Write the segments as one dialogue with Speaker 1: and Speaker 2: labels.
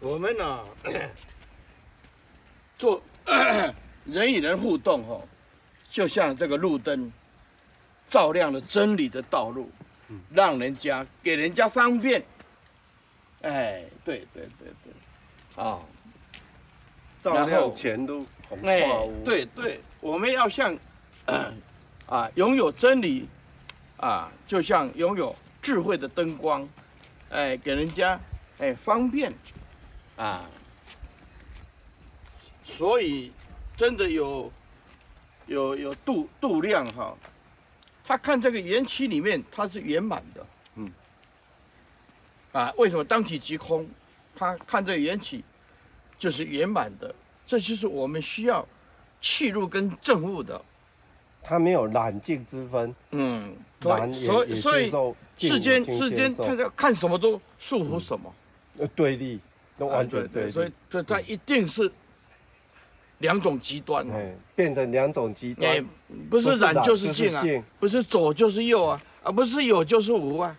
Speaker 1: 我们呢、 啊，做 人与人互动哦，就像这个路灯，照亮了真理的道路，让人家给人家方便。哎，对对对对，啊、
Speaker 2: 照
Speaker 1: 然后
Speaker 2: 亮前都红
Speaker 1: 哎
Speaker 2: 化屋，，
Speaker 1: 对对，我们要像 啊拥有真理啊，就像拥有智慧的灯光，哎，给人家哎方便啊。所以真的有有有度度量哈、他看这个缘起里面它是圆满的，
Speaker 2: 嗯，
Speaker 1: 啊，为什么当体即空？他看这个缘起就是圆满的。这就是我们需要气入跟正悟的。
Speaker 2: 它没有染净之分，
Speaker 1: 嗯，所
Speaker 2: 染
Speaker 1: 以
Speaker 2: 也
Speaker 1: 所
Speaker 2: 也
Speaker 1: 以所
Speaker 2: 接
Speaker 1: 以世
Speaker 2: 受净也
Speaker 1: 间
Speaker 2: 清
Speaker 1: 世
Speaker 2: 接
Speaker 1: 间
Speaker 2: 受
Speaker 1: 他要看什么都束缚什么，
Speaker 2: 呃对立，那完
Speaker 1: 啊
Speaker 2: 全
Speaker 1: 对
Speaker 2: 立，
Speaker 1: 所以所以它一定是两种极端哦。
Speaker 2: 哎变成两种极
Speaker 1: 哎
Speaker 2: 端，，
Speaker 1: 不是染就是净啊，
Speaker 2: 净，
Speaker 1: 不是左就是右啊，啊不是有就是无啊。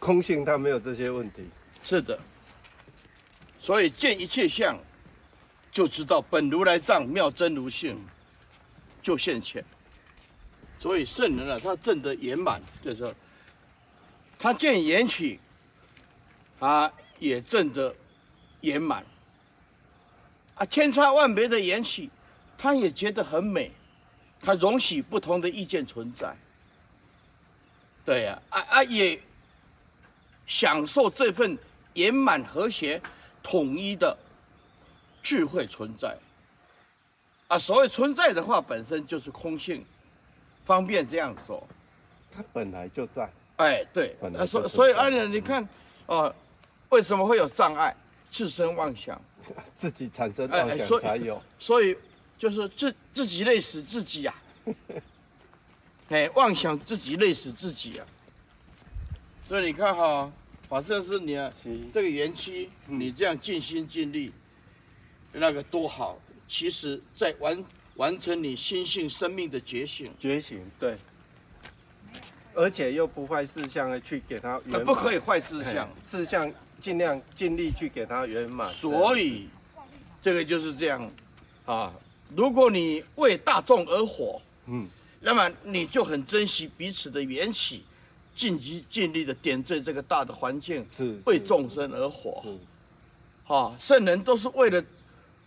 Speaker 2: 空性它没有这些问题，
Speaker 1: 是的，所以见一切相，就知道本如来藏，妙真如性，就现前。所以圣人啊，他证得圆满，就是说他见缘起，他也证得圆满。啊，千差万别的缘起，他也觉得很美，他容许不同的意见存在。对呀、啊，啊啊也享受这份圆满、和谐、统一的智慧存在。啊，所谓存在的话，本身就是空性，方便这样说。
Speaker 2: 它本来就在，
Speaker 1: 哎，对
Speaker 2: 本，
Speaker 1: 啊、
Speaker 2: 来就
Speaker 1: 所
Speaker 2: 是
Speaker 1: 所以
Speaker 2: 这样
Speaker 1: 安然，你看，哦、为什么会有障碍？自身妄想，
Speaker 2: 自己产生
Speaker 1: 哎哎
Speaker 2: 妄想
Speaker 1: 所以
Speaker 2: 才有，
Speaker 1: 所以就是自自己累死自己呀、哎，妄想自己累死自己呀、所以你看哈、反正是你、啊、
Speaker 2: 是
Speaker 1: 这个园区，你这样尽心尽力，那个多好。其实，在完完成你心性生命的觉醒，
Speaker 2: 觉醒，对，而且又不坏事
Speaker 1: 哎
Speaker 2: 项的去给它圆
Speaker 1: 那
Speaker 2: 满，
Speaker 1: 不可以坏事
Speaker 2: 事
Speaker 1: 项。
Speaker 2: 事项尽量尽力去给它圆满，
Speaker 1: 所以，这个就是这样啊。如果你为大众而活，
Speaker 2: 嗯，
Speaker 1: 那么你就很珍惜彼此的缘起，尽极尽力的点缀这个大的环境，
Speaker 2: 这样是
Speaker 1: 为众生而活。
Speaker 2: 是
Speaker 1: 啊，圣人都是为了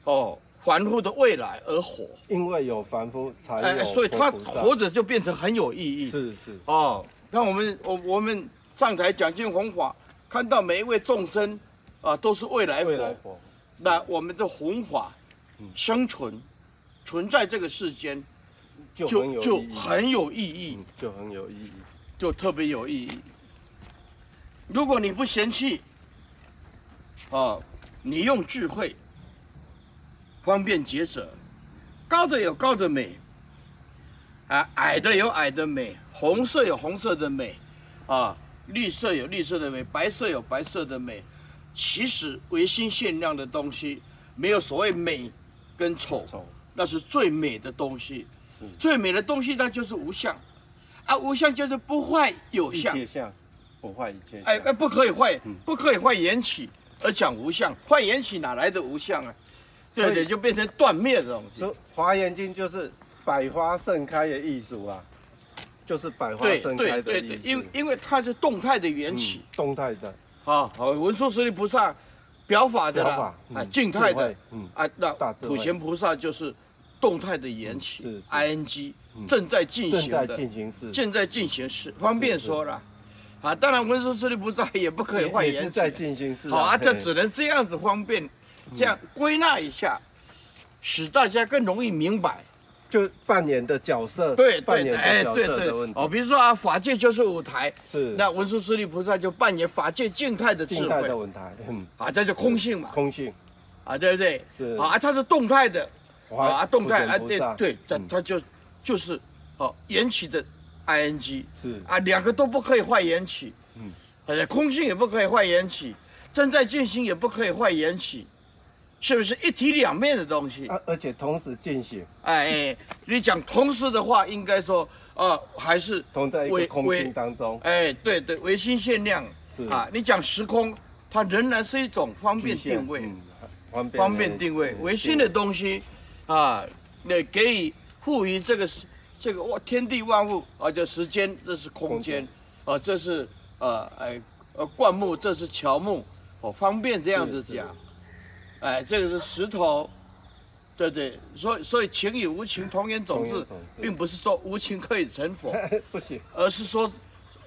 Speaker 1: 哦凡夫的未来而活。
Speaker 2: 因为有凡夫才
Speaker 1: 哎，
Speaker 2: 有
Speaker 1: 所以他
Speaker 2: 佛菩萨
Speaker 1: 活着就变成很有意义。
Speaker 2: 是是
Speaker 1: 哦，那我们我我们上台讲经弘法，看到每一位众生啊都是未来
Speaker 2: 未来嗯
Speaker 1: 佛，
Speaker 2: 佛
Speaker 1: 那我们的弘法生存存在这个世间，
Speaker 2: 就很
Speaker 1: 就
Speaker 2: 有
Speaker 1: 就
Speaker 2: 意义
Speaker 1: 很有意义
Speaker 2: 嗯，就很有意义，
Speaker 1: 就特别有意义。如果你不嫌弃，啊，你用智慧方便抉择，高的有高的美，啊，矮的有矮的美，红色有红色的美，啊，绿色有绿色的美，白色有白色的美。其实唯心限量的东西，没有所谓美跟丑，
Speaker 2: 从
Speaker 1: 那是最美的东西
Speaker 2: 是。
Speaker 1: 最美的东西那就是无相，啊，无相就是不坏有
Speaker 2: 一
Speaker 1: 相
Speaker 2: 切，相不坏一切
Speaker 1: 哎哎，
Speaker 2: 相，
Speaker 1: 不可以坏，不可以坏缘起而讲无相，坏缘起哪来的无相啊？对不
Speaker 2: 所
Speaker 1: 对？
Speaker 2: 以
Speaker 1: 就变成断灭的东西。
Speaker 2: 说《华严经》就是百花盛开的艺术啊，就是百花
Speaker 1: 对
Speaker 2: 盛
Speaker 1: 对
Speaker 2: 开的
Speaker 1: 对
Speaker 2: 艺
Speaker 1: 对，
Speaker 2: 术，
Speaker 1: 因因为它是动态的缘起
Speaker 2: 嗯动态的
Speaker 1: 啊，好，文殊师利菩萨表法的
Speaker 2: 表
Speaker 1: 啦
Speaker 2: 法，
Speaker 1: 啊，
Speaker 2: 嗯
Speaker 1: 静态
Speaker 2: 智
Speaker 1: 的
Speaker 2: 慧嗯
Speaker 1: 啊，那
Speaker 2: 大智慧
Speaker 1: 普贤菩萨就是动态的缘
Speaker 2: 嗯是
Speaker 1: 起
Speaker 2: 是
Speaker 1: ，ing 正在进
Speaker 2: 正
Speaker 1: 行
Speaker 2: 在
Speaker 1: 的。
Speaker 2: 进行式，
Speaker 1: 正在进行时，方便说了。啊，当然文殊师利菩萨也不可以坏
Speaker 2: 也
Speaker 1: 言
Speaker 2: 也
Speaker 1: 辞
Speaker 2: 是在进行式，嗯
Speaker 1: 好啊，
Speaker 2: 嘿
Speaker 1: 这只能这样子方便，这样归纳一下，使大家更容易明白。
Speaker 2: 就扮演的角色，
Speaker 1: 对
Speaker 2: 嗯扮
Speaker 1: 对
Speaker 2: 演
Speaker 1: 对，
Speaker 2: 的
Speaker 1: 哎
Speaker 2: 角
Speaker 1: 对
Speaker 2: 色
Speaker 1: 对
Speaker 2: 的问，题
Speaker 1: 哦，，比如说啊，法界就是舞台，
Speaker 2: 是
Speaker 1: 那文殊师利菩萨就扮演法界静态的智
Speaker 2: 近代的
Speaker 1: 慧，
Speaker 2: 文坛，嗯，
Speaker 1: 啊，这就空性嘛，
Speaker 2: 空性，
Speaker 1: 啊，对不对？
Speaker 2: 是
Speaker 1: 啊，它是动态的，啊，动态啊，
Speaker 2: 不
Speaker 1: 对
Speaker 2: 减不煞
Speaker 1: 对，这
Speaker 2: 嗯
Speaker 1: 它就就是哦，缘起的 ing，
Speaker 2: 是
Speaker 1: 啊，两个都不可以坏缘起，
Speaker 2: 嗯
Speaker 1: 嗯，且空性也不可以坏缘起，正在进行也不可以坏缘起，是不是一体两面的东西？
Speaker 2: 啊，而且同时进行，
Speaker 1: 哎哎，你讲同时的话，应该说啊，还是
Speaker 2: 同在一个
Speaker 1: 唯哎
Speaker 2: 空
Speaker 1: 唯
Speaker 2: 性当中，
Speaker 1: 哎，对对，唯心限量
Speaker 2: 是
Speaker 1: 啊。你讲时空，它仍然是一种方便
Speaker 2: 局限
Speaker 1: 定位。
Speaker 2: 嗯方便
Speaker 1: 方便定位，唯心的东西啊，那给予赋予这个世这个哇天地万物啊，这时间这是空间啊，这是呃哎呃灌木，这是乔木，哦方便这样子
Speaker 2: 是是
Speaker 1: 讲，哎这个是石头，对对，所以所以情与无情同源种
Speaker 2: 同
Speaker 1: 子
Speaker 2: 源种，子
Speaker 1: 并不是说无情可以成 佛，
Speaker 2: 不行，
Speaker 1: 而是说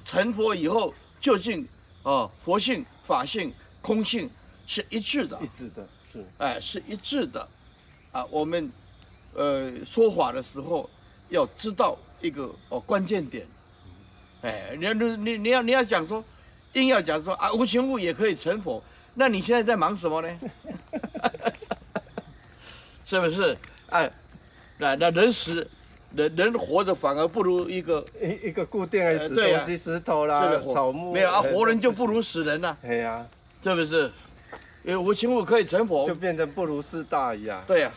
Speaker 1: 成佛以后究竟啊佛性法性空性是一致的
Speaker 2: 一。致的是
Speaker 1: 哎，是一致的，啊，我们，呃，说法的时候要知道一个哦关键点，哎，你要你你你要你要讲说，硬要讲说啊无情物也可以成佛，那你现在在忙什么呢？ 是不是？哎，那那人死，人人活着反而不如一个
Speaker 2: 一一个固定的
Speaker 1: 呃
Speaker 2: 死
Speaker 1: 对啊
Speaker 2: 东西，石头
Speaker 1: 这
Speaker 2: 啦
Speaker 1: 个活、
Speaker 2: 草木，
Speaker 1: 没有啊，
Speaker 2: 呃
Speaker 1: 活人就不如。死人了、
Speaker 2: 哎呀，
Speaker 1: 是不是？因为无情物可以成佛
Speaker 2: 就，变成不如四大一样。
Speaker 1: 对呀、